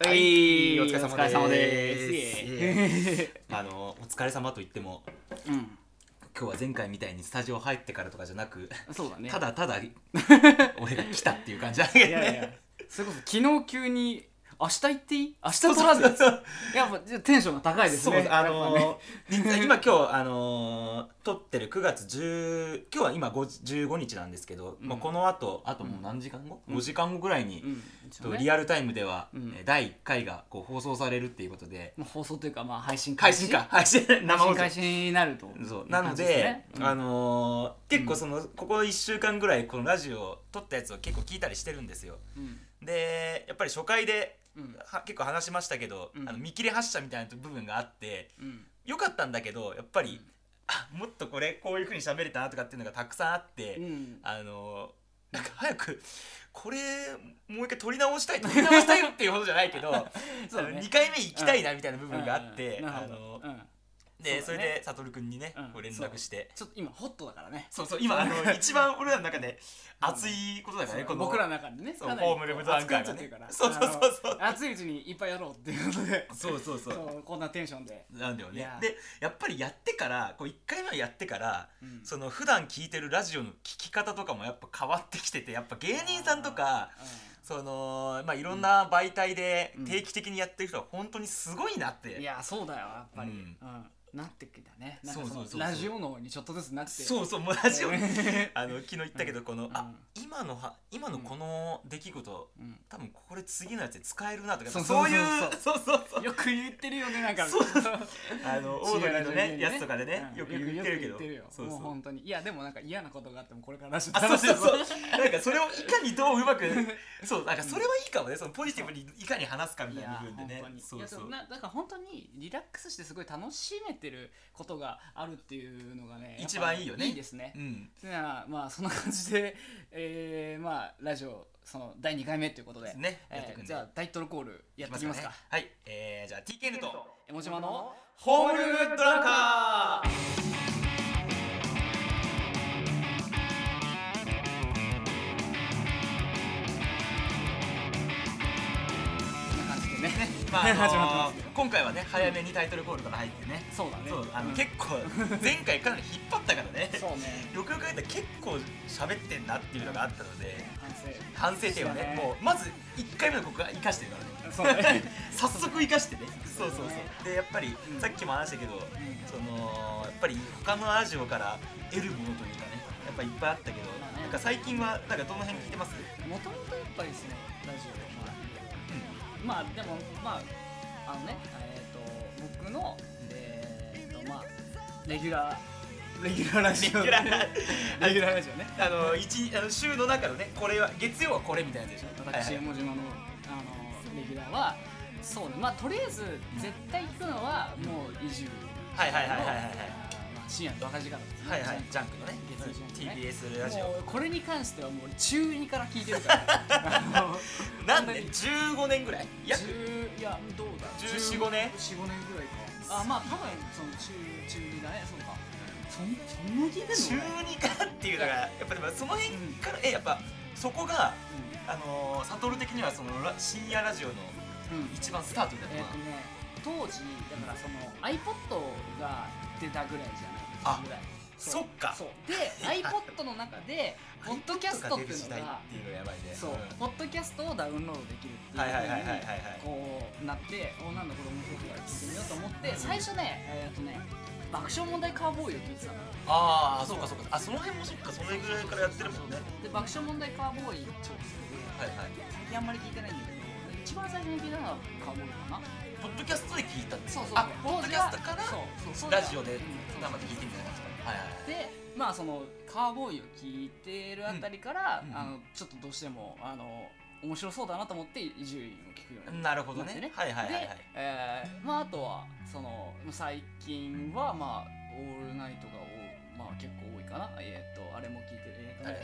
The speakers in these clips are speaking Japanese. ははいい、お疲れ様おです。疲れ様ですイイエーイエあの、お疲れ様と言っても、うん今日は前回みたいにスタジオ入ってからとかじゃなく、そうだねただた だ俺が来たっていう感じだいけどやいね。やそれこそ昨日急に明日行っていい明日取らずやっそうぱじゃあテンションが高いですそうねやあっぱのね実は今今日あの撮ってる9月10今日は今5 15日なんですけど、うんもうこの後あともう何時間後、うん ?5 時間後ぐらいに、うんちょっとリアルタイムでは、うんえー第1回がこう放送されるっていうことで、もう放送というかまあ配信配信か配信生生放送放送開始になるとそうなのでああののー結構その、ここ1週間ぐらいこのラジオを撮ったやつを結構聞いたりしてるんですよでやっぱり初回でうんは結構話しましたけど、うんあの見切り発車みたいな部分があってうんよかったんだけどやっぱり、あもっとこれこういう風に喋れたなとかっていうのがたくさんあって、うんあのーなんか早くこれもう一回撮り直したい撮り直したいっていうほどじゃないけど、 そうだね2回目行きたいなみたいな部分があって、うんうんあなるほのどうんでそ,、そうだねれで悟君にね、うんこう連絡してちょっと今ホットだからねそうそう 今あの一番俺らの中でうん熱いことだからね、この僕らの中でねそうかなりホームルームドアンカーがね熱くなっちゃそってうるそうからそうそうあの熱いうちにいっぱいやろうっていうこと でそうそうそうそうこんなテンションでなんだよいねやでやっぱりやってからこう1回目やってから、うんその普段聞いてるラジオの聞き方とかもやっぱ変わってきててやっぱ芸人さんとかそのまあいろんな媒体でうん定期的にやってる人は本当にすごいなって、いやそうだよやっぱり、ううんんなってきたねなんそうかそうそそのうそうラジオ脳にちょっとずつなってそうそうもうラジオう あの昨日言ったけどこの、あ今のは今のこの出来事、ん多分これ次のやつで使えるなとかそうそういうそうそうそううんよく言ってるよねなんか そうそうあのオードリ深夜ラーのねジオにやつとかでねうんよく言ってるけどよく言ってるよそうもうそう本当にいやでもなんか嫌なことがあってもこれからラジオあそうそうそう楽しなんかそれをいかにどううまく そうなんかそれはいいかもねそのポジティブにいかに話すかみいたい なや部分本でね当にそうそういやでもなだから本当にリラックスしてすごい楽しめてることがあるっていうのがね一番いいよねやっぱいいですねうんじゃあまあそんな感じで、 えー、まあラジオその第2回目ということで、ねやっえてー、くんでじゃあタイトルコールやっていきますかねはいえーじゃあ TKN と江本島のホームルームドランカーこんな感じでねま あ始まあってのますよー今回はね早めにタイトルコールから入ってねそうだねそうあのうん結構前回かなり引っ張ったからね そうねよくよく考えたら結構喋ってんなっていうのがあったので反省反省点はねそうだねもうまず1回目のここが生かしてるからね そうね早速生かしてねそうそうそうだねそうでやっぱりうんさっきも話したけどそのやっぱり他のラジオから得るものというかねやっぱいっぱいあったけどまあねなんか最近はなんかどの辺聞いてますもともとやっぱりそのラジオまあまあでもまああのねえっ、と僕のえっ、とまあレギュラーレギュラーラジオレギュラ ーレギュラーラジオねあの一あの週の中のねこれは月曜はこれみたいなやつでしょ私はい江はい本島のあのレギュラーはそうねまあとりあえず絶対聞くのはもう移住はいはいはいはいはいはいまあ深夜のバカ時間ですねはいはいジャンクのね月曜ジャンク TBS ラジもオうこれに関してはもう中2から聞いてるから、あのなんで15年ぐらい 約10いやどうだ14 15年14 15年ぐらいかあまあ多分その中中2だねそうかそんそんな聞いてんの中俺二からっていうのがやっぱりまあその辺からえやっぱそこがあのー、悟的にはそのラ深夜ラジオのうん、うん、一番スタートみたいえなっ、とね当時だからその iPod が出たぐらいじゃなあいぐらいうそっかそうで iPod の中 でポッドキャストっていうのがっていうのがやばいねそう、ポんッドキャストをダウンロードできるっていうはいはいはいはいはいはい風にこうなっておなんだこれ面白いから聞いてみようと思って最初ねえーっとね爆笑問題カーボーイを聞いてたのああそうかそうかあその辺もそっかそれぐらいからやってるもんねで爆笑問題カーボーイ超好きはいはいで最近あんまり聞いてないんだけど一番最初に聞いたのはカーボーイかなポッドキャストで聞いたんですそうそうあ当ポッドキ時ャはストからそうそうラジオでうんそう生で聞いてみたいな感じかはいはいはいでまあそのカーボーイを聞いてるあたりから、うんあのちょっとどうしてもあの面白そうだなと思って伊集院を聞くようになっなるほどねだってねはいはいて、はいはいえーまああとはその最近はまあ「オールナイト」がおまあ結構多いかなえーっ、とあれも聞いてるえーっ、とね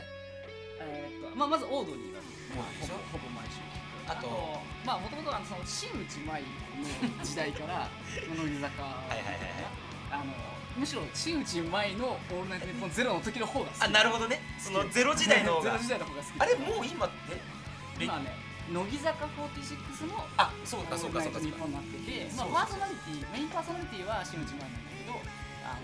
誰えーっ、とまあまずオードリーがもうでしょほぼほぼ毎週聞くあとまあもともとあのその新内舞の時代から この乃木坂いはいはいはいあのむしろ新内舞の「オールナイトニッポンゼロの時の方が好き あなるほどねそのゼロ時代の方ゼロが時代の方が好きあれもう今って今ね乃木坂46もあそうかそうかそうかそう日か本になってて、まあ、そうパーソナリティメインパーソナリティは新内真なんだけどあの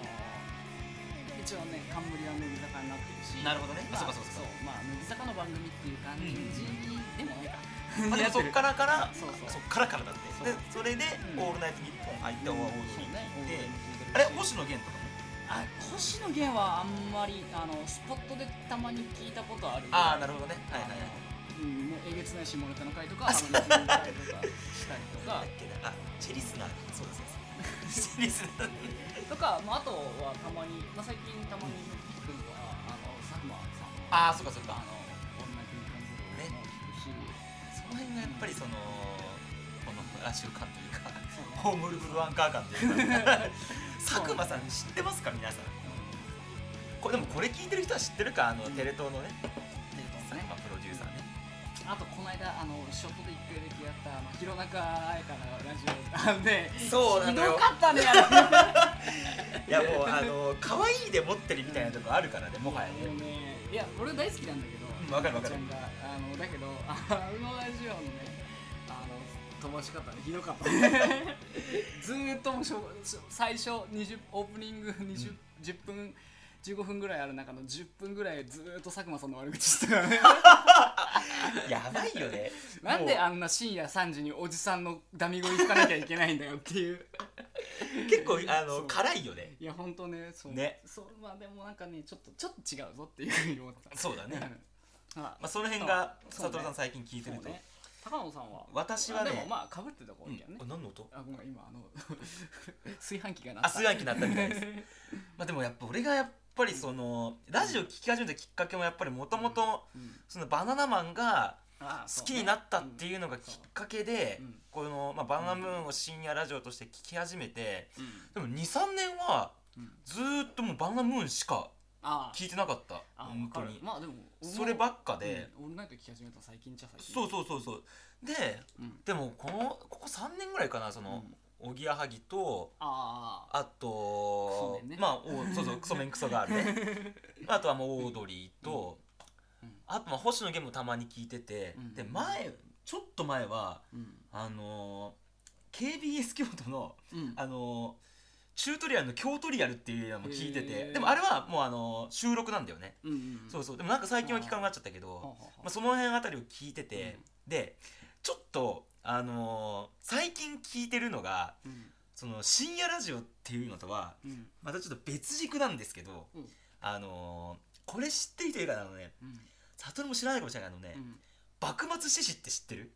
一応ね冠は乃木坂になってるしなるほどねまあ、そうかそうかそうかまあ乃木坂の番組っていう感じでもないか、まあでもそっからからそうそうそっからからだってそうでそれで「うんオールナイトニッポン」入って「オールナイそうねあトニッポン」であれれ星野源とかもあ星野源はあんまりあのスポットでたまに聞いたことあるああなるるほどねはいはいはいうん、もうえげつない下ネタの回とかあ浜田君の回とかしたりとなかんだっけなあチェリスナーそう ですそうですチェリスナーと か、まあ、あとはたまに、まあ、最近たまに聞くのはあの佐久間さんのああそうかそうあかの女気に関するのもね聞くし、その辺がやっぱりそのこの習慣という かそうねホームルブルアンカー感という か佐久間さん知ってますか皆さんこれでもこれ聞いてる人は知ってるかあうのんテレ東のねうんで佐久間プロデューサーねあとこの間あのショットで一回だけやったあの弘中彩香のラジオあのねそうなのよひどかったねあれいやもうあの可愛いで持ってるみたいなとこあるからねもはやねもうねいや俺大好きなんだけどうんわかるわかるちゃんがあのだけどあのラジオのねあの飛ばし方ねひどかっ たねずーっともうしょ最初20オープニング20、10分15分ぐらいある中の10分ぐらいずーっと佐久間さんの悪口してたから ねやばいよねなんでもあんな深夜3時におじさんのダミ声聞かなきゃいけないんだよって いうう結構あそのう辛いよねいや本当ねそうねそうまあでもなんかねちょっとちょっと違うぞっていうふうに思ったそうだねうんあまあその辺がそうね佐藤さん最近聞いてるそうとね高野さんは私はねあでもまあかぶってた子多ういんけどね、あ何の音あごめん今あ の炊飯器が鳴ったあ炊飯器になったみたいですまあでもやっぱ俺がやっぱりそのラジオ聴き始めたきっかけもやっぱりもともとうんそのバナナマンがあ好きになったっていうのがきっかけでうんこの、まあ、バナナムーンを深夜ラジオとして聴き始めてそうねでも23年はうんうんずーっともうバナナムーンしかあ聴いてなかったああ本当にまあでもそればっかで、うん、オールナイト聞き始めたの最近っちゃ最近そううそうそうそうでうんでもこのここ3年ぐらいかなそのうんおぎやはぎとああクソとメンねまあおそうそうクソメンクソガー ルねあとはもうオードリーと、うんうんあとまあ星野源もたまに聞いてて、うんで前ちょっと前はあうんあのー KBS 京都のうんあのーチュートリアルの京都リアルっていうのも聞いてへてーでもあれはもうあのー収録なんだよね、うんうんそううそうでもなんか最近は聞かなくなっちゃったけど、ははまあ、その辺あたりを聞いてて、でちょっとあのー最近聞いてるのがうんその深夜ラジオっていうのとはうんまたちょっと別軸なんですけど、うんあのーこれ知ってる人いるかなあのねうん悟も知らないかもしれないあのね、うん幕末志士って知ってる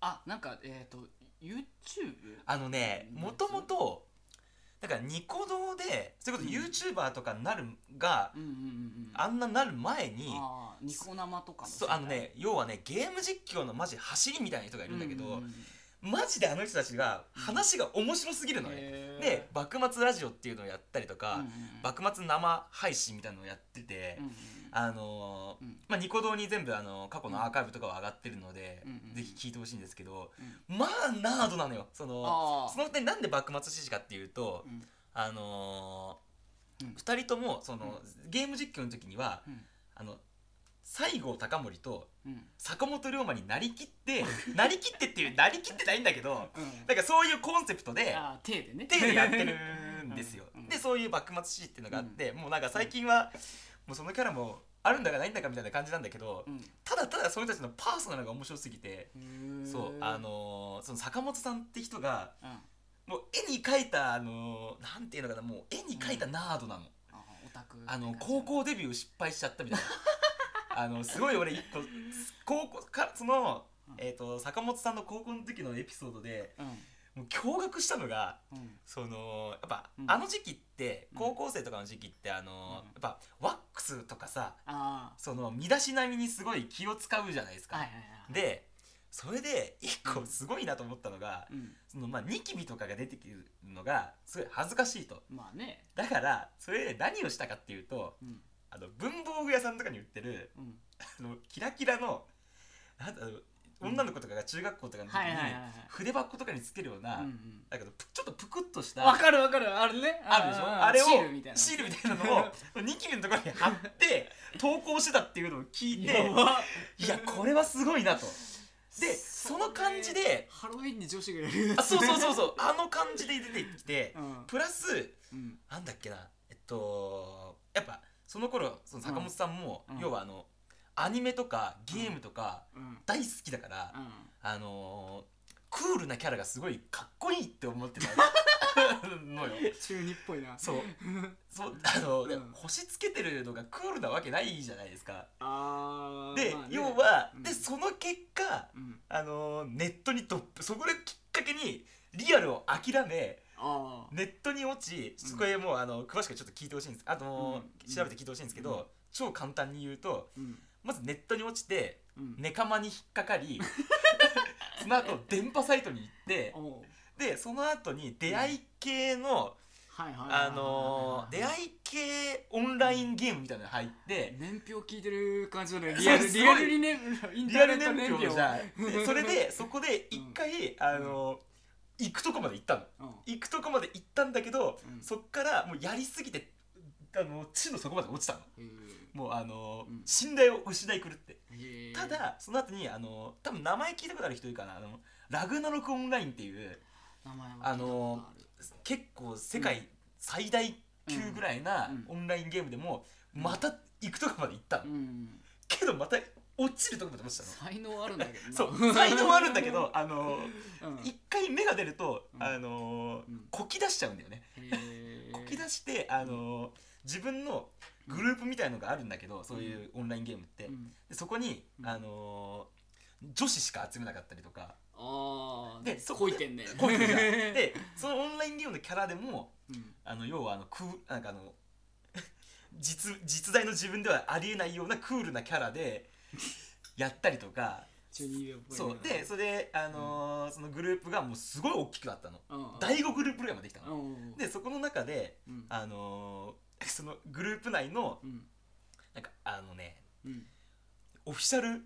あなんかえっ、ー、と YouTube あのねうんもともとだからニコ動でそれこそうん YouTuber とかになるが、うんうんうんうんあんなになる前にあーニコ生とかそうあのね要はねゲーム実況のマジ走りみたいな人がいるんだけど、ううんうんマジであの人たちが話が面白すぎるのね、へーで幕末ラジオっていうのをやったりとうか、んうん幕末生配信みたいなのをやってて、うんうんあのーうんまあ、ニコ動に全部、あのー過去のアーカイブとかは上がってるので、うんうんぜひ聞いてほしいんですけど、うんまあナードなのよそのあーその二人なんで幕末志士かっていうと、うんあのーうん二人ともその、ゲーム実況の時にはうんあの西郷隆盛とうん坂本龍馬になりきって なりきってっていうなりきってないんだけどうんなんかそういうコンセプトであー手でね。手でやってるんですようんでそういう幕末志士っていうのがあって、もうなんか最近はもうそのキャラもあるんだかないんだかみたいな感じなんだけど、うんただただその人たちのパーソナルが面白すぎて、うんそうあのーその坂本さんって人がうんあもう絵に描いたあのーなんていうのかなもう絵に描いたナードなの。オタクあの高校デビュー失敗しちゃっ たみたいなあのすごい俺こう高校かその、えー、と坂本さんの高校の時のエピソードでうんもう驚愕したのがうんそのやっぱ、うんあの時期ってうん高校生とかの時期ってあうんの、やっぱワックスとかさあその身だしなみにすごい気を使うじゃないですあか。はいはいはいでそれで一個うんすごいなと思ったのが、うんそのまあ、ニキビとかが出てくるのがすごい恥ずかしいとまあねだからそれで何をしたかっていうとうんあの文房具屋さんとかに売ってるうんあのキラキラのなんだろううん女の子とかが中学校とかの時にはいはいはいはい筆箱とかにつけるような、うんうんだけどぷちょっとプクッとしたわかるわかるあるねあるでしょーあれをシールみたいなシールみたいなのをニキビのところに貼 って投稿してたっていうのを聞いてやばいやこれはすごいなとでその感じでハロウィンに女子がやるやあそうそうそう うそうあの感じで出てきてうんプラスうんなんだっけなえっとやっぱその頃その坂本さんも、うん要はあのアニメとかゲームとかうん大好きだから、あのークールなキャラがすごいかっこいいって思ってた のようん中二っぽいな そうそうあの、うんで星つけてるのがクールなわけないじゃないですかあーで、まあね要は、うんでその結果うんあのーネットにどっぷそこできっかけにリアルを諦めああネットに落ちそこへもう、あの詳しくちょっと聞いてほしいんですあのー、うん調べて聞いてほしいんですけど、うん超簡単に言うとうんまずネットに落ちてうんネカマに引っか かりその後電波サイトに行っておうでその後に出会い系はの、いはいはいはいはいあのー出会い系オンラインゲームみたいなの入って、年表聞いてる感じだねリアルそうすごいリアルにねインタリアーネルット年年表表じゃんでそれでそこで一回、あのー行くとこまで行ったのうん行くとこまで行ったんだけど、うんそっからもうやりすぎてあの地の底まで落ちたのへもうあのーうん信頼を失いくるってーへーただその後にあのー多分名前聞いたことある人いるかなあのラグナロクオンラインっていう名前は聞いたことあのある結構世界最大級ぐらいなうんオンラインゲームでもうんまた行くとこまで行ったの、うんけどまた落ちるとこまで落ちたの才能あるんだけどな そう才能はあるんだけどあのうん一回芽が出るとうんあのうんこき出しちゃうんだよねへーこき出してあの自分のグループみたいのがあるんだけどそういうオンラインゲームってうんでそこにうんあの女子しか集めなかったりとかああでそここでいてんねこ ういうのがでそのオンラインゲームのキャラでもうんあの要はあのクーなんかあの実実在の自分ではありえないようなクールなキャラでやったりとか中二病っぽいなそうでそれで、あのーそのグループがもうすごい大きくなったのうん第5グループぐらいまで来たのうんでそこの中で、うんあのー そのグループ内のうんなんかあのねうんオフィシャル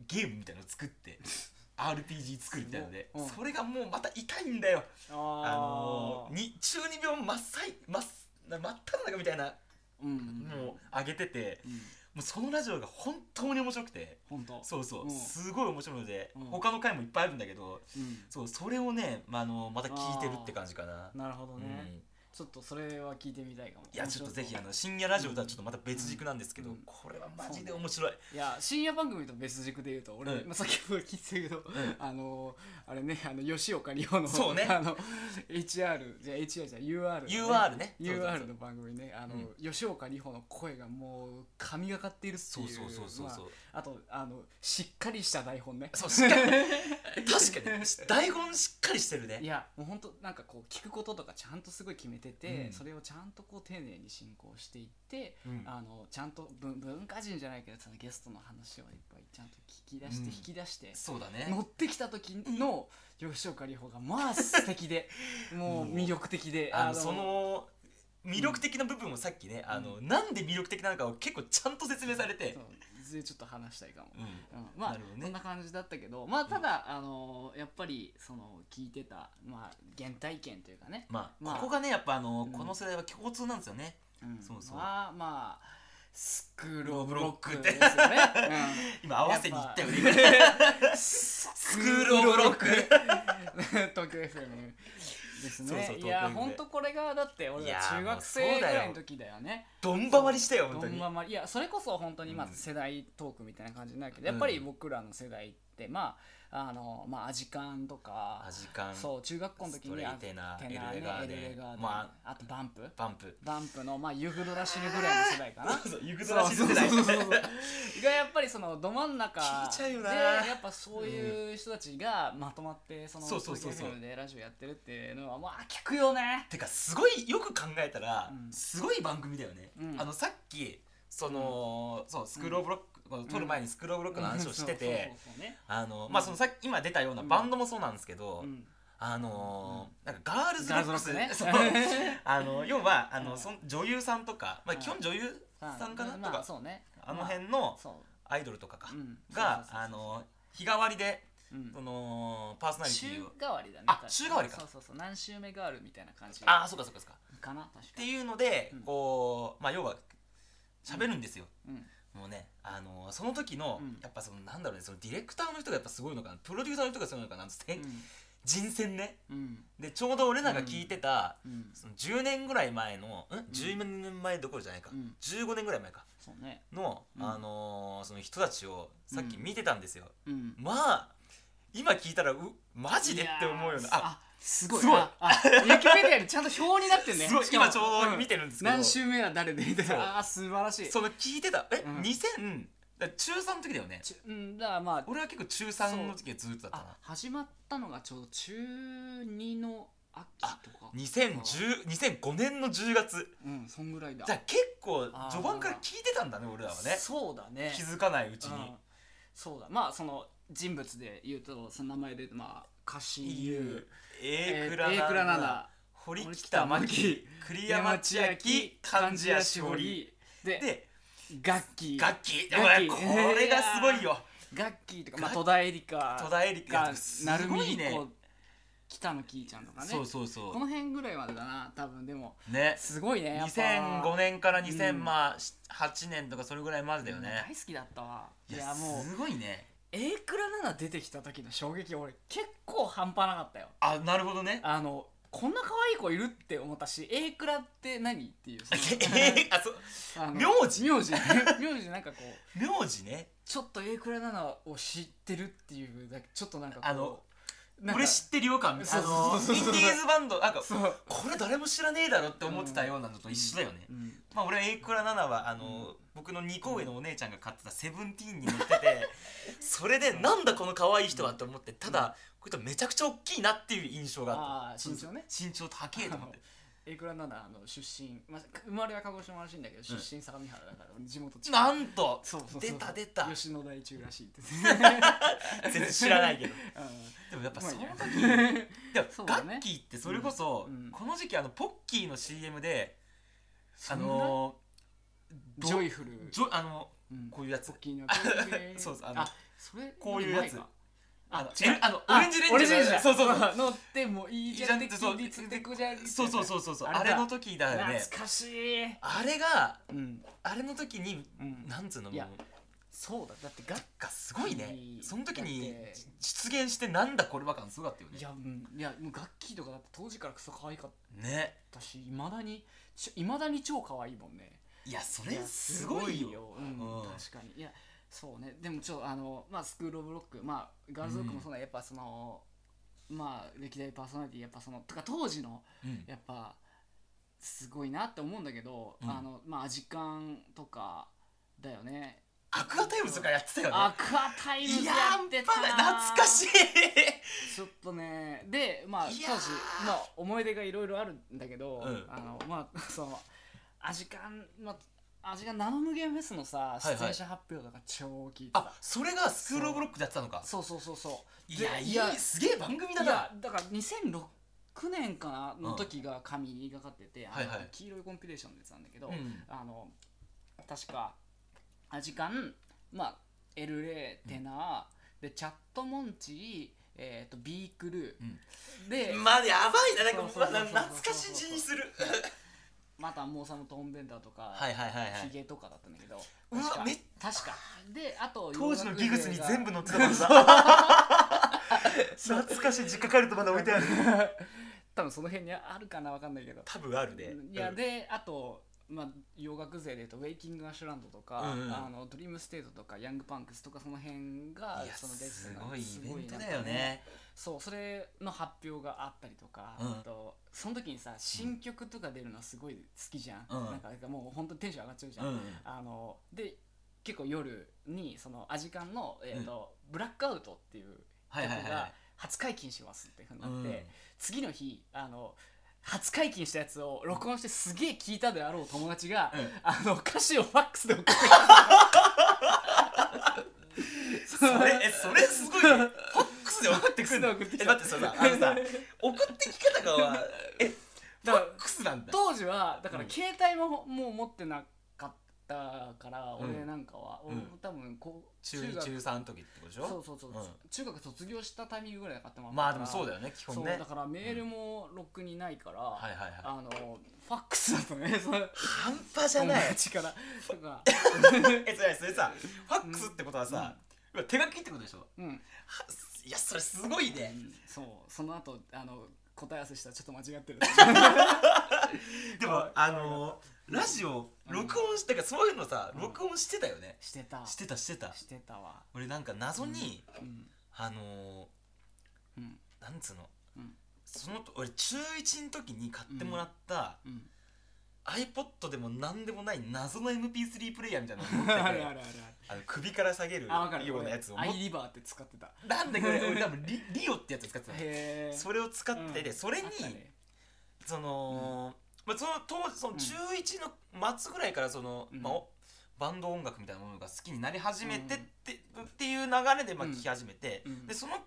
ゲームみたいなの作って RPG 作るみたいなので、すごいうんそれがもうまた痛いんだよあのあーに中二病真っ最真っ真っ只中みたいなーうんもう上げててうんもうそのラジオが本当に面白くて本当そうそう、うんすごい面白いので、うん他の回もいっぱいあるんだけどうんそうそれをね、まあ、あのまた聞いてるって感じかな、なるほどうんねちょっとそれは聞いてみたいかもいやちょっとぜひ面あ白の深夜ラジオとはちょっとまた別軸なんですけど、うんこれはマジで面白い、そういや深夜番組と別軸で言うと俺、うんまあ、先ほど聞いてたけどうんあのーあれねあの吉岡里帆のそうねあの HR じゃ HR じゃ UR のね UR ね UR の番組ねあの、うん吉岡里帆の声がもう神がかっているってそいううそうそうそうそう、まあ、あとあのしっかりした台本ねそう しっかり確かに台本しっかりしてるいねやもう本当なんかこう聞くこととかちゃんとすごい決めてて、うんそれをちゃんとこう丁寧に進行していって、うんあのちゃんと文文化人じゃないけどそのゲストの話をいっぱいちゃんと聞き出して、うん引き出してそうだ乗ねってきた時の吉岡里帆がまあ素敵でもう魅力的で、 あのその魅力的な部分をさっきね、あのなんで魅力的なのかを結構ちゃんと説明されてそうそれちょっと話したいかも、うんうん、まあ、なるほどねそんな感じだったけどまあただ、あのやっぱりその聞いてたまあ原体験というかね、まあ、まあここがねやっぱあの、うんこの世代は共通なんですよねうん、そうそうはまあスクール・オブ・ロックロッでクすってよね、今合わせに行ったよね今ねねススクールオブロック東京 FM ですねそうそう東京 FM いやほんとこれがだってい俺やらー中学もうそ生うぐだよらいの時だよねどんばまりしたよ本当どんにままいやそれこそ本当にまうんず世代トークみたいな感じになるけど、やっぱり僕らの世代ってまああのまあアジカンとかアジカンそう中学校の時ストにレイあテナテナーね LA ガーデン LA ガーデンまあとバンプバンプバンプのまあユグドラシルぐらいの世代かなそう ユグそドうラシル世代そうそうそうがやっぱりそのど真ん中聞いちゃうよなでやっぱそういう人たちがまとまってそのそうそうそうそう東京 FM でラジオやってるっていうのはまあ聞くよね てかすごいよく考えたら、うんすごい番組だよね、うんあのさっきその、そうスクロールオブロック、撮る前にスクロールオブロックの話をしてて、 そうそうそうねあのまあそのさっき今出たようなバンドもそうなんですけど、うんあのーなんかガールズロガールズッロクッスクね そう あの要はあの、うんその女優さんとか、まあ、うん基本女優さんかなとまあ、か、そうねあの辺のそうアイドルとかか、うんがそうそうそうそうあの日替わりでうんそのパーソナリテ週ィを替わりだねあ確週替わりかそうそうそう何週目があるみたいな感じああそうかそうかそうかかな確っかてにいうので、うんこうまあ要は喋るんですよ、うんうんもうね、あのその時の、うんやっぱそのなんだろうねそのディレクターの人がやっぱすごいのかなプロデューサーの人がすごいのかななんつって、人選ねうんでちょうど俺らが聞いてた、うんその10年ぐらい前のん10年前どころじゃないか、うん15年ぐらい前かそうねの、うんあのーその人たちをさっき見てたんですよ、うんまあ今聞いたらうマジでって思うよういやなーああすごいすごいああウィキペディアにちゃんと表になってんねすごいしかも今ちょうど見てるんですけど、何週目は誰でみたいそうなあー素晴らしいその聞いてたえ、うん2000だから中3の時だよねちゅうんだからまあ俺は結構中3の時はずっとだったあ始まったのがちょうど中2の秋とかな2010 2005年の10月うんそんぐらいだじゃあ結構序盤から聞いてたんだね俺らはねそうだね気づかないうちうんにそうだまあその人物で言うとその名前でまあカシユ EU え A ークラえークラナナナナ堀北真希栗山千秋漢貫字地や谷ししほほりりでで楽器楽器楽器お前これがすごいよガッキーとか、まあ、ガッ戸田恵梨香戸田恵梨が香す成ご海いね彦北野きーちゃんとかねそうそうそこの辺ぐらいまでだな多分でもうねすごいねやっぱ2005年からうん2008年とかそれぐらいまでだよね大好きだったわいいややもうすごいね A クラナナ出てきた時の衝撃俺結構半端なかったよあなるほどねあのこんな可愛い子いるって思ったし A クラって何っていうそえあそうの あの名字名字 名字なんかこう名字ねちょっと A クラナナを知ってるっていうだけちょっとなんかこうあのなんか俺知ってるよ感あそうのそうそうインデ ィーズバンドなんかそうこれ誰も知らねえだろって思ってたようなのと一緒だよねうんまあ俺は A クラナナはあの僕の2個上のお姉ちゃんが買ってたセブンティーンに乗ってて それでなんだこの可愛い人はって思ってただこれとめちゃくちゃ大きいなっていう印象がああっーた身長ね身長高えと 思ってエクラナナあの出身、まあ、生まれは鹿児島らしいんだけど出身相模原だから地元近いなんとそうそうそう出た出た吉野台中らしい って、全然知らないけどうん でもやっぱその時ま でそうもガだねッキーってそれこそ、うんうんこの時期あのポッキーの CM であそんなのージョイフルジョあの うんこういうやつポッキーのそうそうあのあそれこういうやつ前かあの違うえあのあオレンジレンジオレンジレンジだそうそ うそう乗ってもいいじゃんっていいじゃんって近日でこじゃりそうそうそうそうそうああれだれの時だよね懐かしいあれがうんあれの時に、うんなんつうのいもうやそうだだってガッがすごいねいいその時にだってじ出現してなんだこれは感すごかったよいや,、うん、いやもうガッキーとかだって当時からクソ可愛かっねねたしいまだにいまだに超可愛いもんねいやそいれやすごいようんうん確かにいやそうねでもちょっとあのまあスクール・オブ・ロックまあガールズ・ロックもそうだ、やっぱそのまあ歴代パーソナリティやっぱそのとか当時のうんやっぱすごいなって思うんだけど、うんあのまあアジカンとかだよねアクアタイムズとかやってたよねアクアタイムズいややってーたな懐かしいちょっとねでまあ当い時やーまあ思い出がいろいろあるんだけど、うんあのまあそのアジカンまあアジカンナノ無限フェスのさいはい出演者発表とか超聞いてた、あそれがスクールオブロックでやってたのかそうそうそうそういでやいいややすげえ番組だいなやだから2006年かなの時が神がかってて、あのはいはい黄色いコンピレーションでやってたんだけど、うんあの確かアジカン、まあ、エルレテナー、でチャットモンチー、えー、とビークルーで、ままあやばいななんかそうそうそうそうまあ懐かしい字にするたモーサのトーンベンダーとか、はいはいはいはヒいゲとかだったんだけどうわ確かめっ確かであと当時のギグスに全部の載ってたからさ懐かしい実家帰るとまだ置いてある 多分その辺にあるかなわかんないけど多分あるでいやうんであと、まあ、洋楽勢でいうと「ウェイキング・アッシュランド」とか「うんうんあのドリーム・ステート」とか「ヤング・パンクス」とかその辺がいやその出てすたのごがいイベすントだごいなよんかねねそうそれの発表があったりとか、うんあとその時にさ新曲とか出るのすごい好きじゃん、うんなんかなんかもう本当テンション上がっちゃうじゃ、うんんあので結構夜にそのアジカンの、えーとブラックアウト」っていうはい曲はいはいはが初解禁しますっていうふうにいなって、次の日あの初解禁したやつを録音してすげえ聞いたであろう友達が、うんあの歌詞をファックスで送ってきそたれえそれすごいねファックスで送ってくるのファックスで送ってきたえ待ってそれさあのさ送ってき方がは えフだァかッらクスなん だ当時はだからうん携帯ももう持ってなかっったからうん俺なんかは、うん俺も多分こう中2学中3の時ってことでしそうょそうそう、うん中学卒業したタイミングぐらいだからもまあでもそうだよね基そ本うねだからメールもロックにないから、はいはいはいあのファックスだとね その半端じゃない友達 からとかえそれそれさファックスってことはさ、うわ手書きってことでしょうん、いやそれすごいねそうその後あの答え合わせしたらちょっと間違ってるでもはいあのーラジオうん録音してかそういうのさうん録音してたよねしてたしてたしてたしてたわ俺なんか謎にうんあのうんーなんつうのうんその俺中1の時に買ってもらったうん iPod でも何でもない謎の MP3 プレイヤーみたいなの持あっる あるててあるあるあの首から下げるあ分かるようなやつを持アっイリバーって使ってたなんでこ れ俺多分リリオってやつ使ってたのへえそれを使ってうてそれにその、まあ、その当時そのうん中1の末ぐらいからその、うんまあ、おバンド音楽みたいなものが好きになり始めてっうんて,、っていう流れでまあうん聴き始めて、うんでその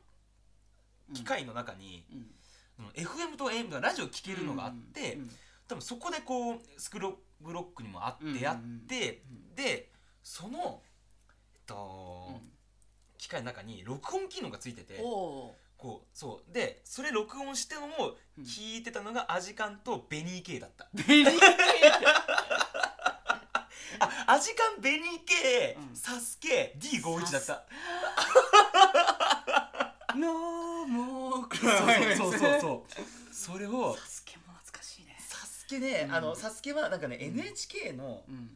機械の中に、うんその FM と AM のラジオ聴けるのがあって、うん多分そこでこうスクロブロックにもあうんってやって、うんうんでその、えっとうん機械の中に録音機能がついてて。おおこうそうでそれ録音してのもうん聞いてたのがアジカンとベニー系だった、ベニーあアジカンベニー系、うんサスケ D51 だったノーモークそうそうそうそうそれをサスケも懐かしいねサスケね、うんあのサスケはなんかね、うん NHK のうん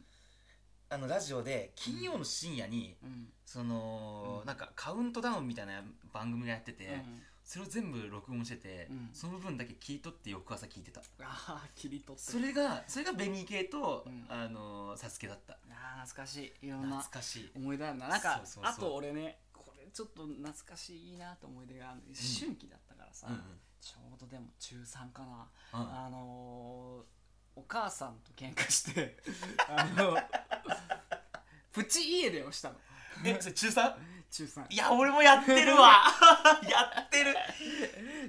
あのラジオで金曜の深夜に、うんその、うんなんかカウントダウンみたいな番組がやってて、それを全部録音してて、うんその分だけ聞いとって翌朝聞いてたああ切り取ってそるれがそれがベニー系と、うんあのサスケだったああ懐かしいいろん懐なかしい思い出あるななんかそうそうそうあと俺ねこれちょっと懐かしいいいなと思い出がある春季だったからさうんうんちょうどでも中3かなうんあのー、お母さんと喧嘩してあ のプチ家出をしたのえ、それ中 3? 中3 いや、俺もやってるわ やってる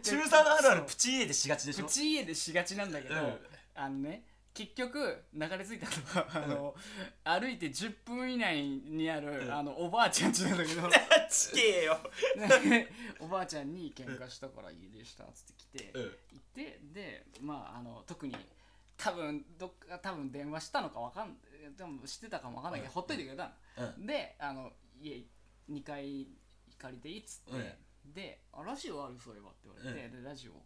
中3のあるあるそうプチ家でしがちでしプょチ家出しがちなんだけど、うんあのね結局流れ着いたのがあの、歩いて10分以内にある、うんあのおばあちゃんちなんだけ ど ちけえよ、ねおばあちゃんに喧嘩したから家出したっつって来て、うん、行ってでまああの特に多分どっか多分電話したのかわかんでも知ってたかもわかんないけど、うんほっといてくれたの、うであの家2階借りていいっつって、うであラジオあるそういえばって言われて、でラジオを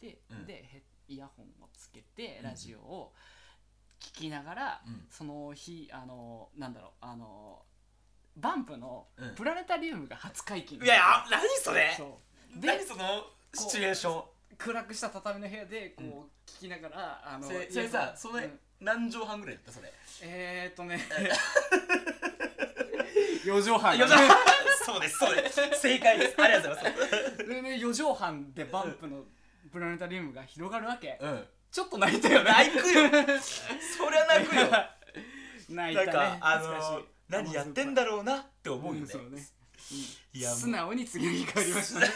借りて、うんでヘッイヤホンをつけてうんラジオを聞きながら、うんその日あのなんだろうあのバンプのうんプラネタリウムが初解禁、いやいや、あ何それそうで何そのシチュエーション暗くした畳の部屋でこう聞きながら、あのそれそれさ、そのうん何畳半ぐらいだったそれえー、っと ね 四畳半よっしゃ そうです、そうです正解です、ありがとうございますでね四畳半でバンプのプラネタリウムが広がるわけ、うんちょっと泣いたよね泣くよそりゃ泣くよ泣いたなんねか、あ懐かしのい何やってんだろうなって思うよねそうね、いやもう素直に次の日帰りました ね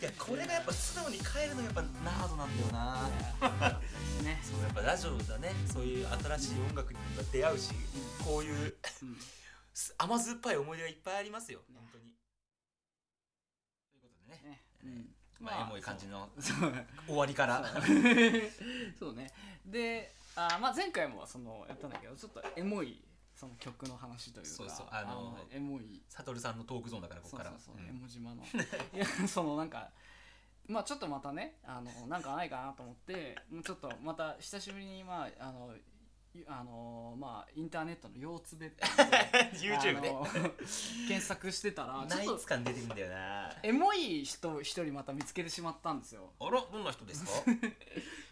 いや、これがやっぱ素直に帰るのがやっぱナードなんだよなねそうやっぱラジオだねそういう新しい音楽に出会うしこういううんす甘酸っぱい思い出がいっぱいありますよ本当にということでねねうんまあエモい感じのそうそう終わりからそうそうねであー、まあ、前回もそのやったんだけどちょっとエモいその曲の話というかそうそうあのエモいサトルさんのトークゾーンだからここそうからそうはそう、うんエモ 島のいやそのなんかまあちょっとまたねあのなんかないかなと思ってもうちょっとまた久しぶりにまああのいあのまあインターネットの腰つべって YouTube あでの 検索してたらナちイょっツと感出てくんだよなあエモい人一人また見つけてしまったんですよらどんな人 ですか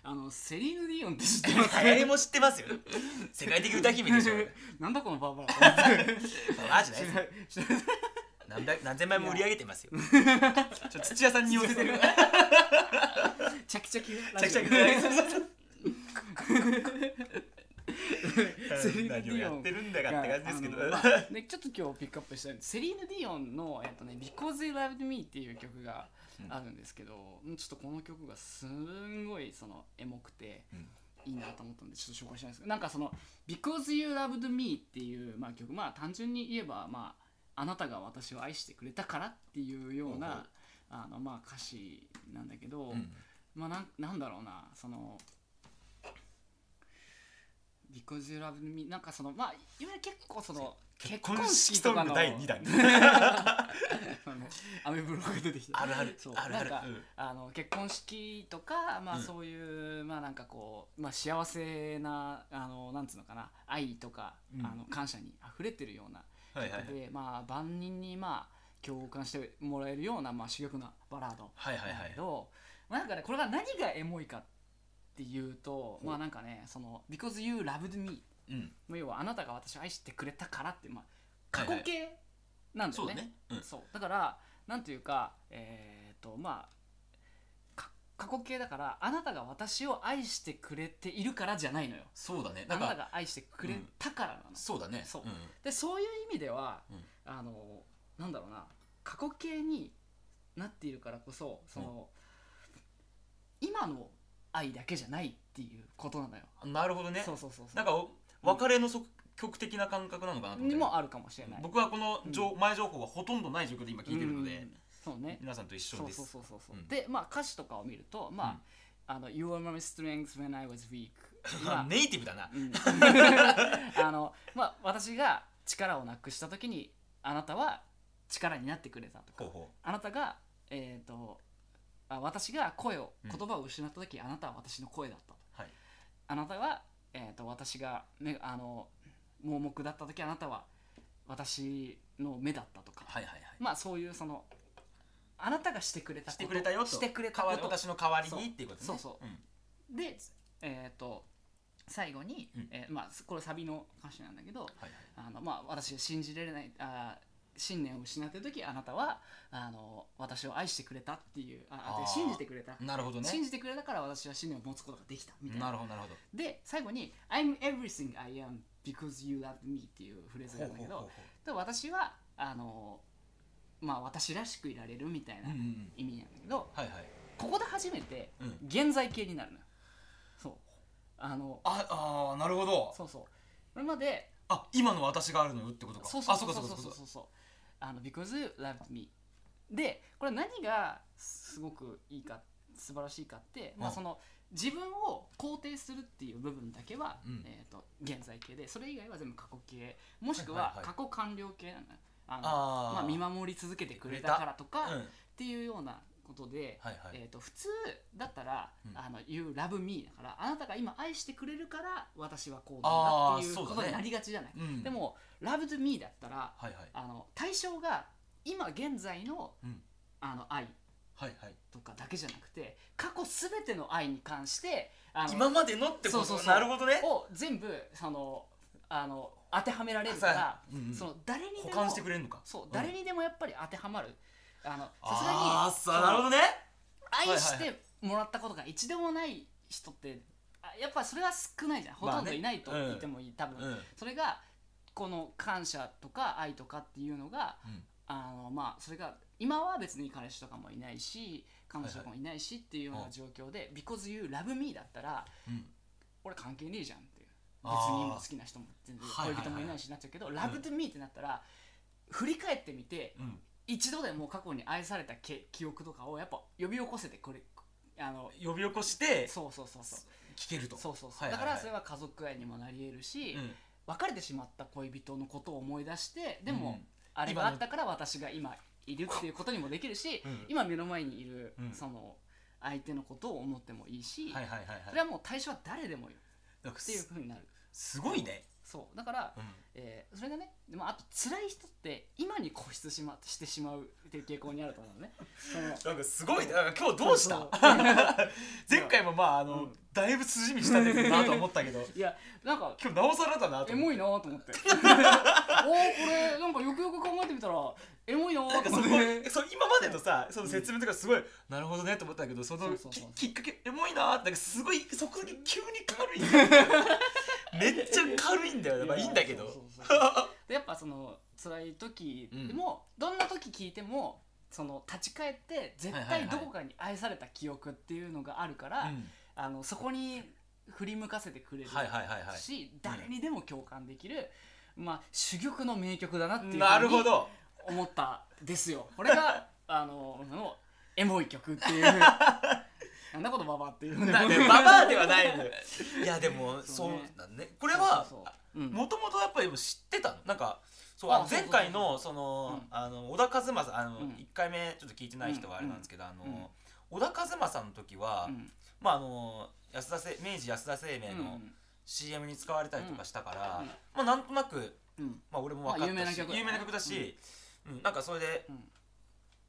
あのセリーヌ・ディオンって知ってます誰も知ってますよ 世界的歌姫でし ょなんだこのバー バラと思ってババアじゃないですよ 知らない何百何千枚も売り上げてますよちょ土屋さんに寄せ てるチャキチャキちゃくちゃラジオ セリーヌディオン何をやってるんだかって感じですけどあのまあねちょっと今日ピックアップしたいんですセリーヌ・ディオンの「えっとね、Because They Loved Me」っていう曲があるんですけど、ちょっとこの曲がすんごいそのエモくて、うんいいなと思ったんでちょっと紹介したいんですけどなんかその「Because You Loved Me」っていう、まあ、曲まあ単純に言えば、まあ、あなたが私を愛してくれたからっていうようほうほなうあの、まあ、歌詞なんだけど、 うんまあなんなんだろうなその「Because You Love Me」なんかそのまあいわゆる結構そ の結結婚式ソング第2弾あのアメブロが出てきたあるあるそうあるあるなんかうんあの結婚式とか、まあ、うんそういう、まあなんかこう、まあ、幸せなあのなんつうのかな愛とか、うんあの感謝に溢れてるようなはいはい曲で、まあ、万人に、まあ、共感してもらえるような、まあ、珠玉なバラードはいはなんいだはけいど、まあ、なんかねこれが何がエモいかっていうとほうまあなんかねその「Because You Loved Me うん」まあ要はあなたが私を愛してくれたからって、まあ、過はいは去い形なんだそよねうだ。ねうんそうだからなんていうかえっ、とまあか過去形だからあなたが私を愛してくれているからじゃないのよそうだねあなんなたかが愛してくれたからなの、そうだねそうんでそういう意味では、うんあのなんだろうな過去形になっているからこそその、今の愛だけじゃないっていうことなのよ、なるほどねそうそうそうそうなんかお別れの即曲的な感覚なのかなと思っにてもあるかもしれない僕はこの情前情報はほとんどない状況で今聞いてるのうでんそうね皆さんと一緒そうですそうそうそうそう、うんでまあ歌詞とかを見るとまあ、あの You were my strength when I was weak まあネイティブだなうん あのまあ私が力をなくした時にあなたは力になってくれたとほうかほあなたがえっ、とあ私が声をうん言葉を失った時、あなたは私の声だったとうはいあなたは、えー、と私が目あの盲目だった時あなたは私の目だったとか、はいはいはいまあそういうそのあなたがしてくれたことしてくれたよとしてくれた代こわりと私の代わりにっていうことねそうそううんでえっ、と最後に、うんえーまあすこれサビの歌詞なんだけどはいはいあのまあ私が信じられないあー信念を失ってる時あなたはあの私を愛してくれたっていうあああー信じてくれた、なるほどね信じてくれたから私は信念を持つことができたみたいななるほどなるほどで最後に「I'm everything I am because you love me」っていうフレーズがあるんだけどで私はあのまあ私らしくいられるみたいうんなうんうん意味なんだけど、はいはいここで初めてうん現在形になるのよそうあのああーなるほどそうそうこれまであ今の私があるのよってことかそうそうあそうかそうかそうかそうそうあの「because you loved me」でこれ何がすごくいいか素晴らしいかって、まあ、うんその自分を肯定するっていう部分だけは、うんえー、と現在形でそれ以外は全部過去形もしくはいははいはい過去完了形なのよあのあまあ、見ま守り続けてくれたからとか、うっんていうようなことで、はいはいえー、と普通だったら「うんあの You love me」だからあなたが今愛してくれるから私はこうなんだっていうあーそうだねことになりがちじゃない、うんでも「loved me」だったらはいはいあの対象が今現在の,、うんあの愛はいはいとかだけじゃなくて過去すべての愛に関してあの今までのってことそうそうそうなるほどねを全部そのあの当てはめられるから、うんうんその誰にでも保管してくれるのかそう、ん誰にでもやっぱり当てはまるあのさすがにあーそさのなるほどね愛しはいてもらったことが一度もない人ってあやっぱそれは少ないじゃんほまあねとんどいないと言ってもいい、多分、うんそれがこの感謝とか愛とかっていうのがあのまあそれが今は別に彼氏とかもいないし彼女とかもいないしっていうよううなん状況で「Because you love me」だったらうん俺関係ねえじゃんっていう別あーに今好きな人も全然はいは恋いはい人もいないしなっちゃうけど「Love to me」ってなったら振り返ってみてうん一度でも過去に愛されたけ記憶とかをやっぱ呼び起こせてこれあの呼び起こしてそうそうそうそう聞けるとそうそうそはういだはいかはいらそれは家族愛にもなり得るしうん別れてしまった恋人のことを思い出してでもうんあれ今がのあったから私が今いるっていうことにもできるしうん今目の前にいるうんその相手のことを思ってもいいしはいはいはいはいそれはもう対象は誰でもよなんかっていうすふうになるすごいねそうだからうんえーそれがねでもあと辛い人って今に固執し,、ま、してしまうっていう傾向にあると思うのねそのなんかすごいねなんか今日どうしそたう 前回もまああうのんだいぶ筋道立ててるなと思ったけどいやなんか今日なおさらだなとエ思モっていなと思 っておーこれなんかよくよく考えてみたらエモいななんとかそこ思ってそう今までのさその説明とかすごい、なるほどねと思ったけどそそのうそうそうそうききっかけエモいなーってなんかすごいそこに急に軽いん だよめっちゃ軽いんだよねまあいいんだけどそうそうそうでやっぱその辛い時でも、どんな時聞いてもその立ち返って絶はいはい対はどいこかに愛された記憶っていうのがあるから、うんあのそこに振り向かせてくれるし、はいはいはいはい誰にでも共感できる、まあ珠玉の名曲だなっていうふうになるほど思ったですよこれ があののエモい曲っていうなんだこのババアっていうねだねババアではないのよいやでもそそううねだねこれはそうそうそううんもともとやっぱり知ってたのなんかそうああのそうそうそ前う回のそのうんあの小田和正あのうん1回目ちょっと聞いてない人はあれなんですけどあうんうんの小田和正の時はうんまああの安田製明治安田生命うのん CM に使われたりとかしたからうんまあなんとなくうんまあ俺も分かまあ有名っなたし曲だね有名な曲だしうんなんかそれでうん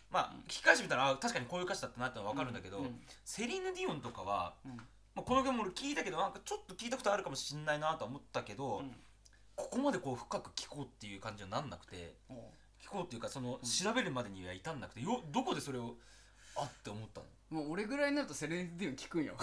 まあうん聞き返してみたらあ確かにこういう歌詞だったなってのは分かるんだけうどセリーヌ・ディオンとかはうんまあ、この曲も俺聞いたけどなんかちょっと聞いたことあるかもしんないなとは思ったけど、うんここまでこう深く聞こうっていう感じはなんなくておう聞こうっていうかそのうん調べるまでには至んなくてよどこでそれをあって思ったのもう俺ぐらいになるとセレンディオン聞くんよ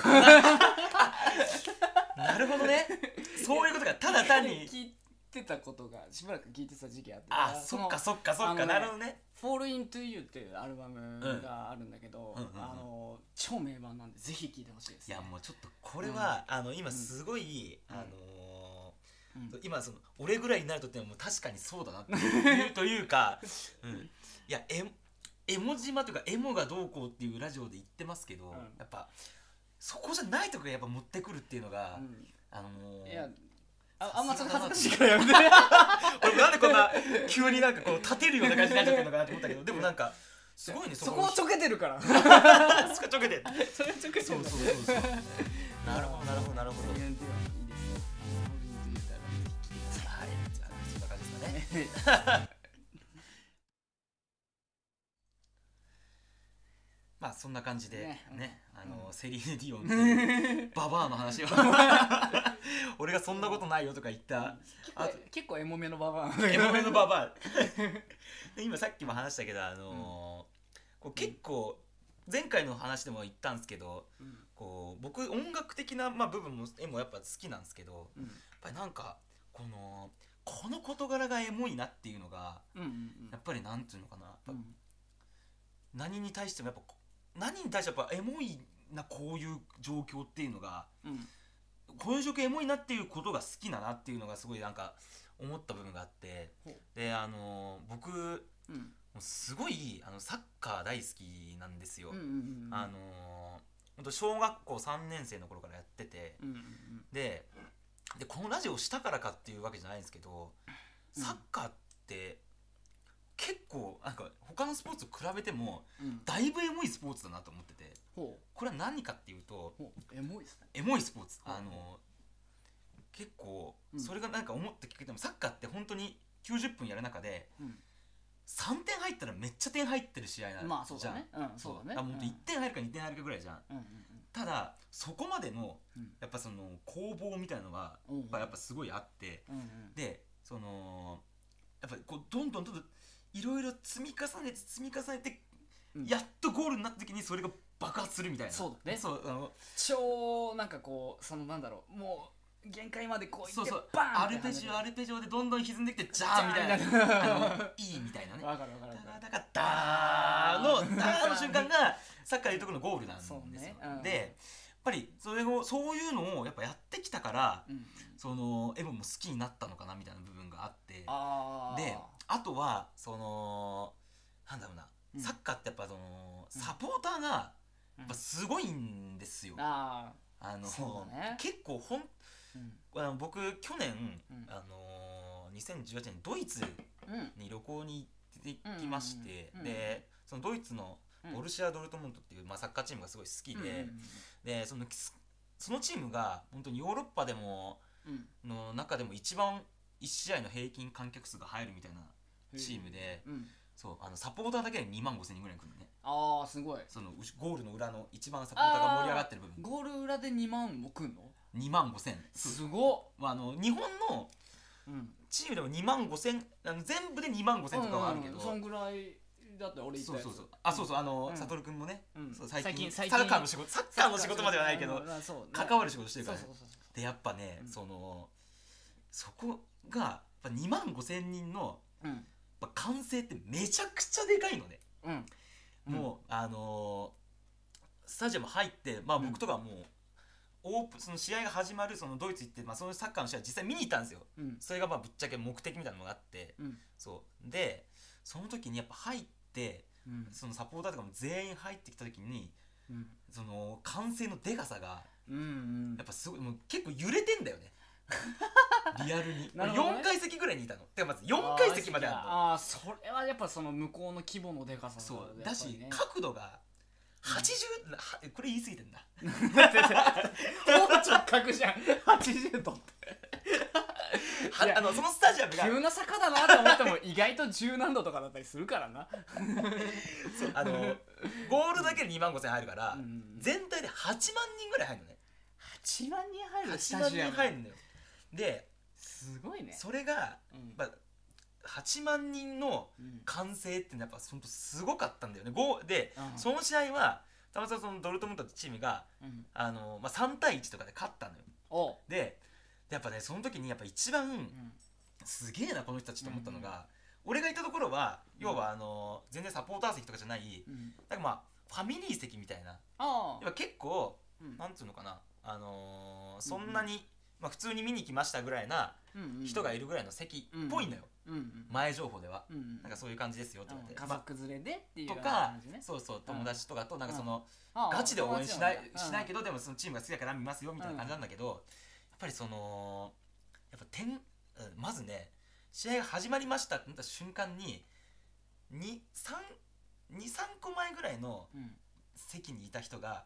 なるほどね そういうことがただ単 に聞いてたことがしばらく聞いてた時期あってあのそっかそっかそっあか、のねなるほどね「Fall into You」っていうアルバムがあるんだけど、うんうんうんうんあの超名盤なんでぜひ聴いてほしいですいね、やもうちょっとこれは、あの今すごい、うんあのうん、ー今その俺ぐらいになるとっていうのはもう確かにそうだなって いうというか、うん、いやエモエモ島というかエモがどうこうっていうラジオで言ってますけど、んやっぱそこじゃないとこがやっぱ持ってくるっていうのが、うんあのーいやああんまちょっと恥ずかしいからやめて俺もなんでこんな急になんかこう立てるような感じになっちゃったのかなと思ったけ どでもなんかすごいねそこをちょけてるからあそこちょけてそれちょけそうそうそうそう なるほどなるほどなるほどセレンディオンいいですよはいじゃあそんな感じですかねまあそんな感じでねねうんあの、うんセリーヌ・ディオンっていうババアの 話は俺がそんなことないよとか言った結構あ結構エモめのババアなんだけエどモめのバ バアで今さっきも話したけどあのーこう結構前回の話でも言ったんですけどうんこう僕音楽的な、まあ、部分も絵もやっぱ好きなんですけどうんやっぱりなんかこのこの事柄がエモいなっていうのがうんうんやっぱりなんていうのかなやっうぱん何に対してもやっぱこ何に対してもやっぱエモいなこういう状況っていうのがうんこういう状況エモいなっていうことが好きだなっていうのがすごいなんか思った部分があってほうであのー僕うんもうすごいあのサッカー大好きなんですよ。うんうんうんあのーほんと小学校3年生の頃からやっててうんうんででこのラジオをしたからかっていうわけじゃないんですけどうんサッカーって結構なんか他のスポーツと比べてもうんだいぶエモいスポーツだなと思っててほうこれは何かっていうとほうエモいですねエモいスポーツうんあの結構うんそれがなんか思って聞けてもサッカーって本当に90分やる中でうん3点入ったらめっちゃ点入ってる試合なんまあそうじゃだんねうんそそううだねだからもう1点入るか2点入るかぐらいじゃんうんうんただそこまでのうんやっぱその攻防みたいのがうんうんやっぱやっぱすごいあってうんうんでそのやっぱりこうどんどんどんどんいろいろ積み重ねて積み重ねてうんやっとゴールになった時にそれが爆発するみたいなそうだねそうあの超なんかこうそのなんだろうもう限界までこういってそうそうバーンアルペジオアルペジオでどんどん歪んできてジャーンみたいなジャーンみたいなあのいいみたいなねわかるわかるダわダかるダダダーのダーの瞬間がサッカーでいうところのゴールなんですよ、そうねうんでやっぱりそれをそういうのをやっぱやってきたからうんそのエボも好きになったのかなみたいな部分があってあーであとはそのなんだろうな、うんサッカーってやっぱそのうんサポーターがやっぱすごいんですよ。ああのそうだね結構ほんーあの僕去年、うんあの2018年ドイツうんに旅行に行ってきまして、うんうんうんでそのドイツのうんボルシア・ドルトムントっていう、まあ、サッカーチームがすごい好きで,、うでそのすそのチームが本当にヨーロッパでもんうんの中でも一番1試合の平均観客数が入るみたいなうんチームで、うんそうあのサポーターだけで2万5千人ぐらい来るのねああすごいそのうしゴールの裏の一番サポーターが盛り上がってる部分ゴール裏で2万もくんの2万5千すごまあ、あの日本のっうんチームでも2万5千あの全部で2万5千とかはあるけうど、んうんそんぐらいだって俺言ったそうやつそうそうあそうそうあの、うんサトルくんもね、うんそう最近最近サッカーの仕事サッカーの仕事まではないけどうんうんそうね関わる仕事してるそかうら、ねそうそうでやっぱね、うんそのそこがやっぱ2万5千人のそううんやっぱ歓声ってめちゃくちゃでかいのね、うんもうあのースタジアム入ってまあうん僕とかはもう、オープンその試合が始まるそのドイツ行って、まあ、そのサッカーの試合実際見に行ったんですようんそれがまあぶっちゃけ目的みたいなのがあってうんそうでその時にやっぱ入ってうんそのサポーターとかも全員入ってきた時にうんその歓声のでかさがうんやっぱすごいもう結構揺れてんだよ ねリアルに、なるほどね4階席ぐらいにいたのてかまず4階席まであるのあーそれはやっぱその向こうの規模のでかさそうやだっぱりしね角度が80、なはこれ言い過ぎてんだ 直角じゃん80度っていやあのそのスタジアムが急な坂だなと思っても意外と十何度とかだったりするからなそう あのゴールだけで2万5千入るから、うん全体で8万人ぐらい入るのね8万人入るス8タ万ジア人ム入るのよですごいねそれが、うんまあ、8万人のうん歓声っていうのはやっぱ本当すごかったんだよねゴーで、うんその試合はたまたまそのドルトムントってチームがうんあの、まあ、3対1とかで勝ったのよおうでやっぱねその時にやっぱ一番、うんすげえなこの人たちと思ったのが、俺がいたところは要はあの全然サポーター席とかじゃないうんなんかまあファミリー席みたいなやあっぱ結構ーうんなんつうのかなあのーそんなに、まあ、普通に見に来ましたぐらいなうんうん人がいるぐらいの席っぽいのよ、うんうん前情報では、うんうんなんかそういう感じですよって言われて、家まあ族連れでっていうとか感じねそうそううん友達とかとなんかその、あーガチで応援しない友達んだしないけうんどでもそのチームが好きだから見ますよみたいな感じなんだけど、やっぱりそのやっぱ点うんまずね試合が始まりましたってなった瞬間に23個前ぐらいのうん席にいた人が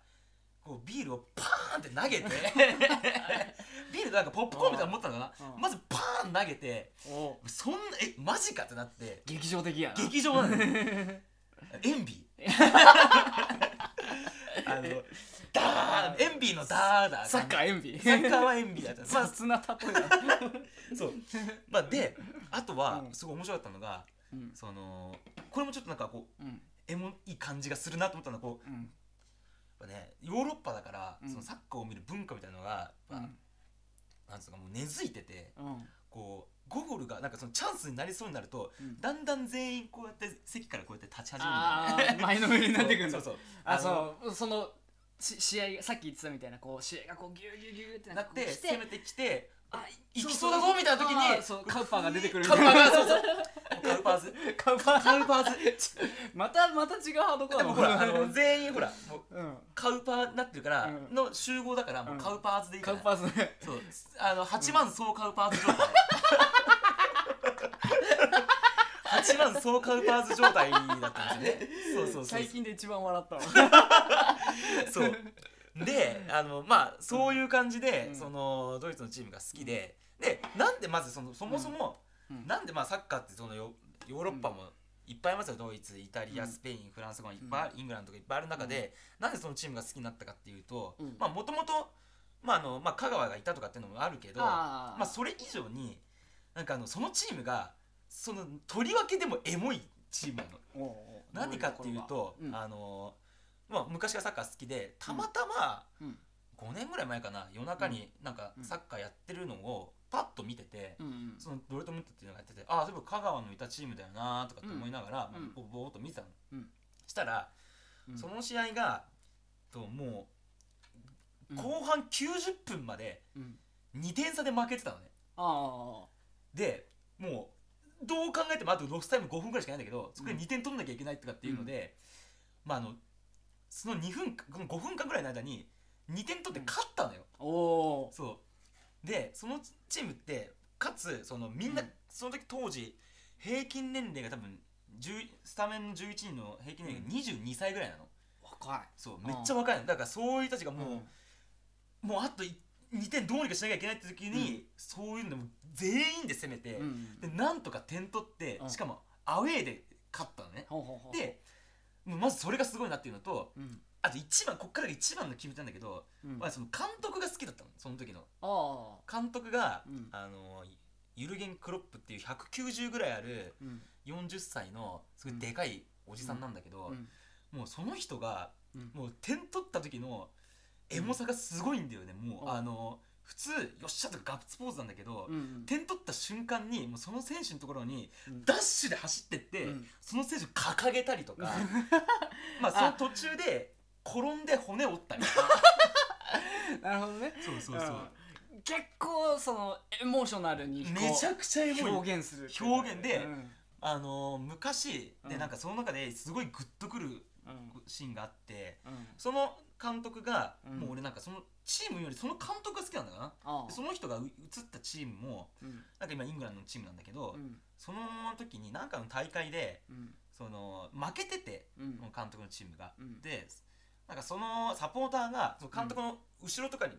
こうビールをパーンって投げてビールなんかポップコーンみたいなの持ってたのかなうんまずパーン投げておうそんなえマジかってなって劇場的やな劇場なのよエンビーあのダーンエンビーのダーだ サッカーエンビ サッカーはエンビーだったま あ雑な例えだなそうまあであとはうんすごい面白かったのがうんそのこれもちょっとなんかこううんエモい感じがするなと思ったのはこううんやっぱねヨーロッパだからうんそのサッカーを見る文化みたいなのが、うまあんなんつうかもう根付いててうんこうゴールがなんかそのチャンスになりそうになるとうんだんだん全員こうやって席からこうやって立ち始めるのああ前のめりになってくるんだそうそうあのそうそのし試合さっき言ってたみたいなこう試合がこうギュギュギュってななっっててこう攻めてきてあ行きそうだぞみたいな時あーにそうカウパーが出てくるカウパーがそうそうカウパーズカウパーカウパーズ またまた違うハードコアでだもほらあの全員ほらもううんカウパーになってるから、うんの集合だからもうカウパーズでいいかカら、ウパーズねそうあの8万総カウパーズ 状態8万総カウパーズ状態だったんですよねそうそうそう最近で一番笑ったわそうであのまあそういう感じで、うんそのドイツのチームが好きで、でなんでまずそのそもそも、うんなんでまあサッカーってそのヨヨーロッパもいっぱいありますよドイツイタリうアんスペインフランスとかいっぱい、イングランドとかいっぱいある中で、なんでそのチームが好きになったかっていうとうんまあもともとまああのまあ香川がいたとかっていうのもあるけど あーまあそれ以上になんかあのそのチームがそのとりわけでもエモいチームなの。おうおう何かっていうと、うんあのまあ、昔からサッカー好きでたまたまうん5年ぐらい前かな夜中になんかうんサッカーやってるのをパッと見てて、うんうんそのドルトムントっていうのがやっててああそういえば香川のいたチームだよなーとかって思いながら、うんまあぼぼーっと見てたの、うんしたらうんその試合がともううん後半90分までうん2点差で負けてたのねあでもうどう考えてもあとロスタイム5分ぐらいしかないんだけどそこで2点取んなきゃいけないとかっていうので、まああのその2分この5分間ぐらいの間に2点取って勝ったのよ、あおおそうでそのチームってかつそのみんな、うんその時当時平均年齢が多分10スタメンの11人の平均年齢が22歳ぐらいなの、若いそうめっちゃ若いのだからそういう人たちがもう、うんもうあと2点どうにかしなきゃいけないって時に、そういうのも全員で攻めて、うんでなんとか点取ってうんしかもアウェーで勝ったのね、ほうほうほうでもうまずそれがすごいなっていうのとうんあと一番こっからが一番の決めたんだけど、うんまあ、その監督が好きだったのその時のああ監督が、うんあのユルゲン・クロップっていう190ぐらいあるうん40歳のすごいでかいおじさんなんだけど、うんもうその人がうんもう点取った時のエモさがすごいんだよね、もう、うんあの普通よっしゃとかガッツポーズなんだけど、 うん点取った瞬間にもうその選手のところにうんダッシュで走ってって、うんその選手を掲げたりとか まあその途中で転んで骨折ったりとかなるほどねそうそうそう、ん結構そのエモーショナルにこうめちゃくちゃエモい表現するっていう表現でうんあのー昔うでんなんかその中ですごいグッとくるうんシーンがあってうんその監督が、うんもう俺なんかそのチームよりその監督が好きなんだなああでその人がう移ったチームもうんなんか今イングランドのチームなんだけど、うんその時になんかの大会でうんその負けててうんその監督のチームが、うんでなんかそのサポーターがその監督の後ろとかに,、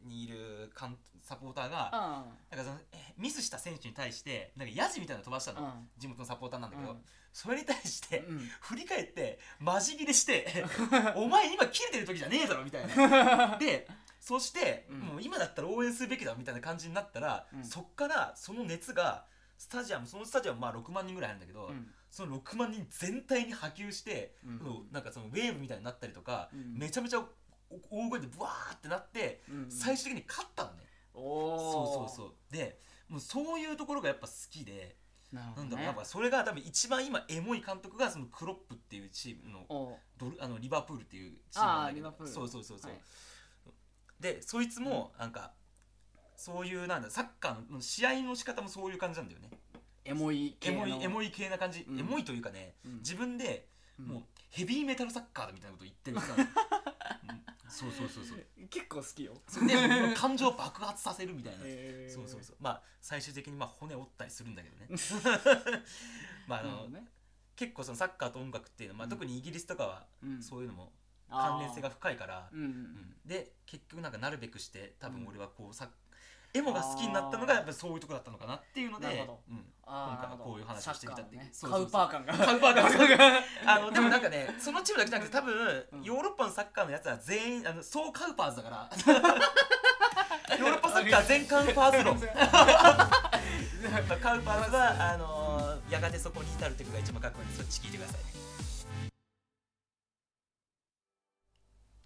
にいる監サポーターがあなんかそのえミスした選手に対してなんかヤジみたいなの飛ばしたあの、地元のサポーターなんだけど、うんそれに対して、うんうん振り返ってマジギレして 「お前今切れてる時じゃねえだろ」みたいな。でそして、うんもう今だったら応援すべきだみたいな感じになったら、うんそっからその熱がスタジアムそのスタジアムまあ6万人ぐらいあるんだけど、うんその6万人全体に波及して、うんもうなんかそのウェーブみたいになったりとか、うんめちゃめちゃお大声でブワーってなって、うん最終的に勝ったのね。おそうそううそうでもうそういうところがやっぱ好きで、なるほなんどだろうねやっぱそれが多分一番今エモい監督がそのクロップっていうチームのおうドルあのリバプールっていうチームあーなんだけリどバプールそうそうそうそう、はいでそいつもなんか、そういうなんだサッカーの試合の仕方もそういう感じなんだよねエモいエ系モいのエモい系な感じ、うんエモいというかね、うん自分でうんもうヘビーメタルサッカーだみたいなこと言って る人なのうんそうそうそうそう結構好きよそれでもう 感情を爆発させるみたいな、へーそうそうそうまあ最終的にまあ骨折ったりするんだけどね まああなるほの、どね結構そのサッカーと音楽っていうのは、まあ、うん特にイギリスとかはうんそういうのもあー関連性が深いから、うんうんで結局なんかなるべくして多分俺はこうさエモが好きになったのがやっぱりそういうとこだったのかなっていうのでなるほどうんあー今回はこういう話をしてみたっていうサそッうカーそのうねそ カウパー感がうカウパーが あのでもなんかかねそのチームだけじゃなくて多分、うんヨーロッパのサッカーのやつは全員あの総カウパーズだから ヨーロッパサッカー全カウパーズ論やっぱカウパーズはあのーやがてそこに至るというのが一番かっこいいんでそっち聞いてください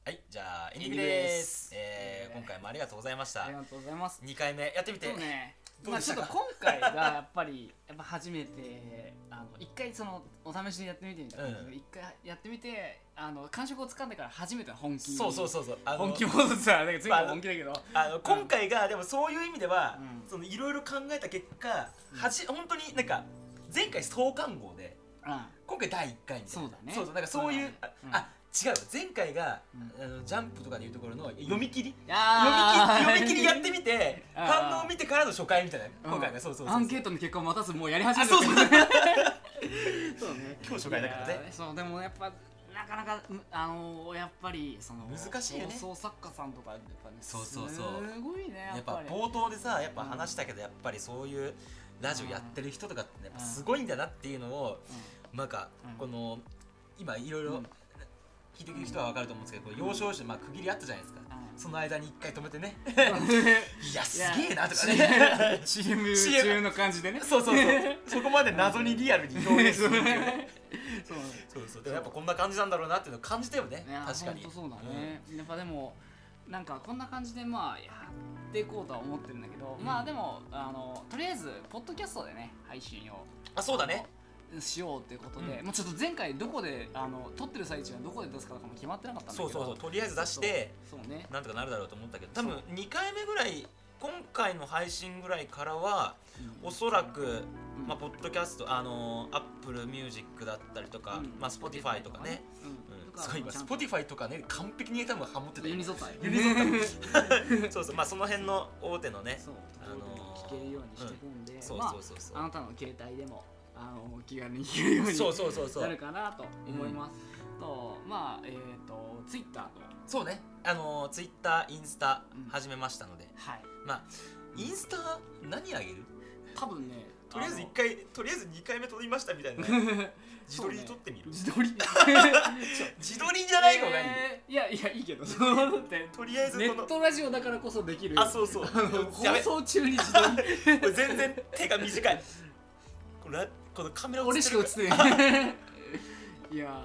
はいじゃあエンディングですエンデえィングですー今回もありがとうございましあたりがとうございます2回目やってみてそうねどうまあでしちょたっとか今回がやっぱり やっぱ初めてあの一回そのお試しでやってみてみたいな感じでう一回やってみてあの感触をつかんでから初めての本気そうそううそうそうあの本気モードさ全部本気だけどあの今回がでもそういう意味ではうんそのいろいろ考えた結果はじ本当になんか前回総観号でうん今回第1回みたいなそうだねそうそうなんかそういうあ,、うんあ違う前回が、うあのジャンプとかでいうところの読み切り、いやー読み切り読み切りやってみて あー反応を見てからの初回みたいなうん今回がそうそうそうアンケートの結果を待たずもうやり始めあそうそう たそうね今日初回だからいやねーそうでもやっぱなかなかむあのーやっぱりその難しいよね放送作家さんとかやっぱねそうそうそうすごいねややっっぱぱり冒頭でさやっぱ話したけどやっぱりそういうラジオやってる人とかってやっぱすごいんだなっていうのをなんかうんこの今いろいろうん聞いてくる人は分かると思うんですけどこう要所要所でまあ区切りあったじゃないですかうんその間に一回止めてねうんいやすいやげえなとかね CM 中中の感じでね そうそうそうそこまで謎にリアルに表現するっていう ねそうそうそうでもやっぱこんな感じなんだろうなっていうのを感じたよねいや確かにほんとそうだね、やっぱでもなんかこんな感じでまあやっていこうとは思ってるんだけど、うんまあでもあのとりあえずポッドキャストでね配信をあそうだねしようっていうことで、うもうちょっと前回どこであの撮ってる最中はどこで出すかとかも決まってなかったんだけそどうそうそうとりあえず出してそうそうねなんとかなるだろうと思ったけど多分2回目ぐらい今回の配信ぐらいからはおそらく、うんまあ、ポッドキャストあのー、Apple Music だったりとか、うんまあ、Spotify とかね、うんうん、すごい今ちゃんと Spotify とかね完璧に多分ハモってたユよ ニねゾタイユニゾタそうそうまあその辺の大手のねそうあのー聞けるようにしてくんで、そうまあそうそうそうあなたの携帯でもあの気軽に聞けるようにそうそうそうそなるうかなと思います、とまあえっ、とツイッターとそうねあのー、Twitter インスタうん始めましたので、はいまあインスタ何あげる多分ねとりあえずの一回とりあえず2回目撮りましたみたいな 自撮りで撮ってみる、自撮り自撮りじゃない方がいい、えーいやいやいいけどそのだってとりあえずネこのットラジオだからこそできるあそうそうあのや放べ送中に自撮りこれ全然手が短いこれこのカメラ俺映っしてかる映かってないいや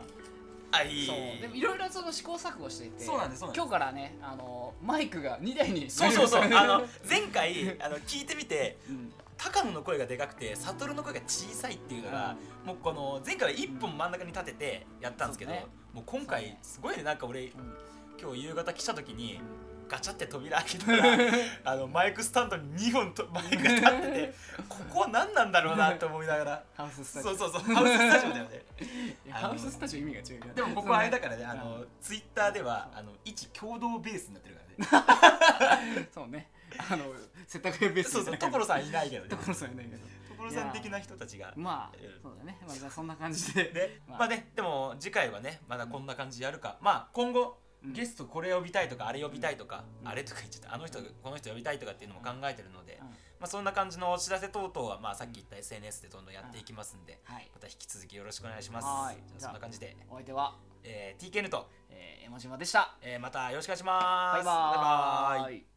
あいいそうでもいろいろその試行錯誤していてそうなんですそうなんです今日からねあのマイクが2台にそうそうそうなりまあしたの 前回あの聞いてみてうん高野の声がでかくて悟の声が小さいっていうのが、もうこの前回は1本真ん中に立ててやったんですけど、そうねもう今そう回ねすごいねなんか俺うん今日夕方来た時にガチャって扉開け たらあのマイクスタンドに2本とマイクが立っててここは何なんだろうなって思いながらハウススそタうジオそうそうハウススタジオだよねいやハウススタジオ意味が違うけどでも僕はあれだかからねあうのツイッターではあの一共同ベースになってるからねらそうねあの世田谷ベースそうそう、 所さんいないけどね。所さんいないけど所さん的な人たちが。まあうんそうだねまあじゃあそんな感じでで、まあまあね、でも次回はね、まだこんな感じでやるか。まあ今後、うんゲストこれ呼びたいとか、あれ呼びたいとか、うんあれとか言っちゃった、あの人、この人呼びたいとかっていうのも考えてるのでうん、まあそんな感じのお知らせ等々は、まあさっき言った SNS でどんどんやっていきますんで、はいまた引き続きよろしくお願いしますはい。じゃあそんな感じで、お相手はえー TKN と、えー江島でしたえーまたよろしくお願いします。バイバーイ